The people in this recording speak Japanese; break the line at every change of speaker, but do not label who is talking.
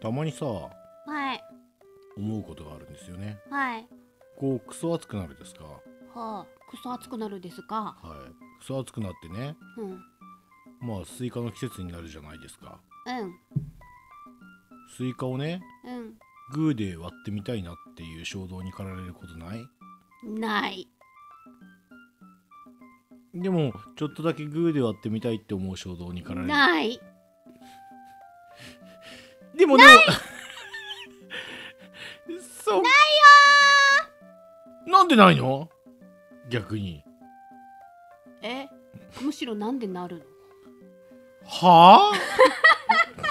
たまにさ
カはい
思うことがあるんですよね
はい
こうクソ暑くなるですかは
はあくそ暑くなるですか
いクソ暑くなってね
うんう
まあスイカの季節になるじゃないですか
ん
スイカをね
う
グーで割ってみたいなっていう衝動に駆られることない
んない
でもちょっとだけグーで割ってみたいって思う衝動に駆られる
ない
でもでもないそうないよなんでないの逆に
えむしろなんでなるの
はあ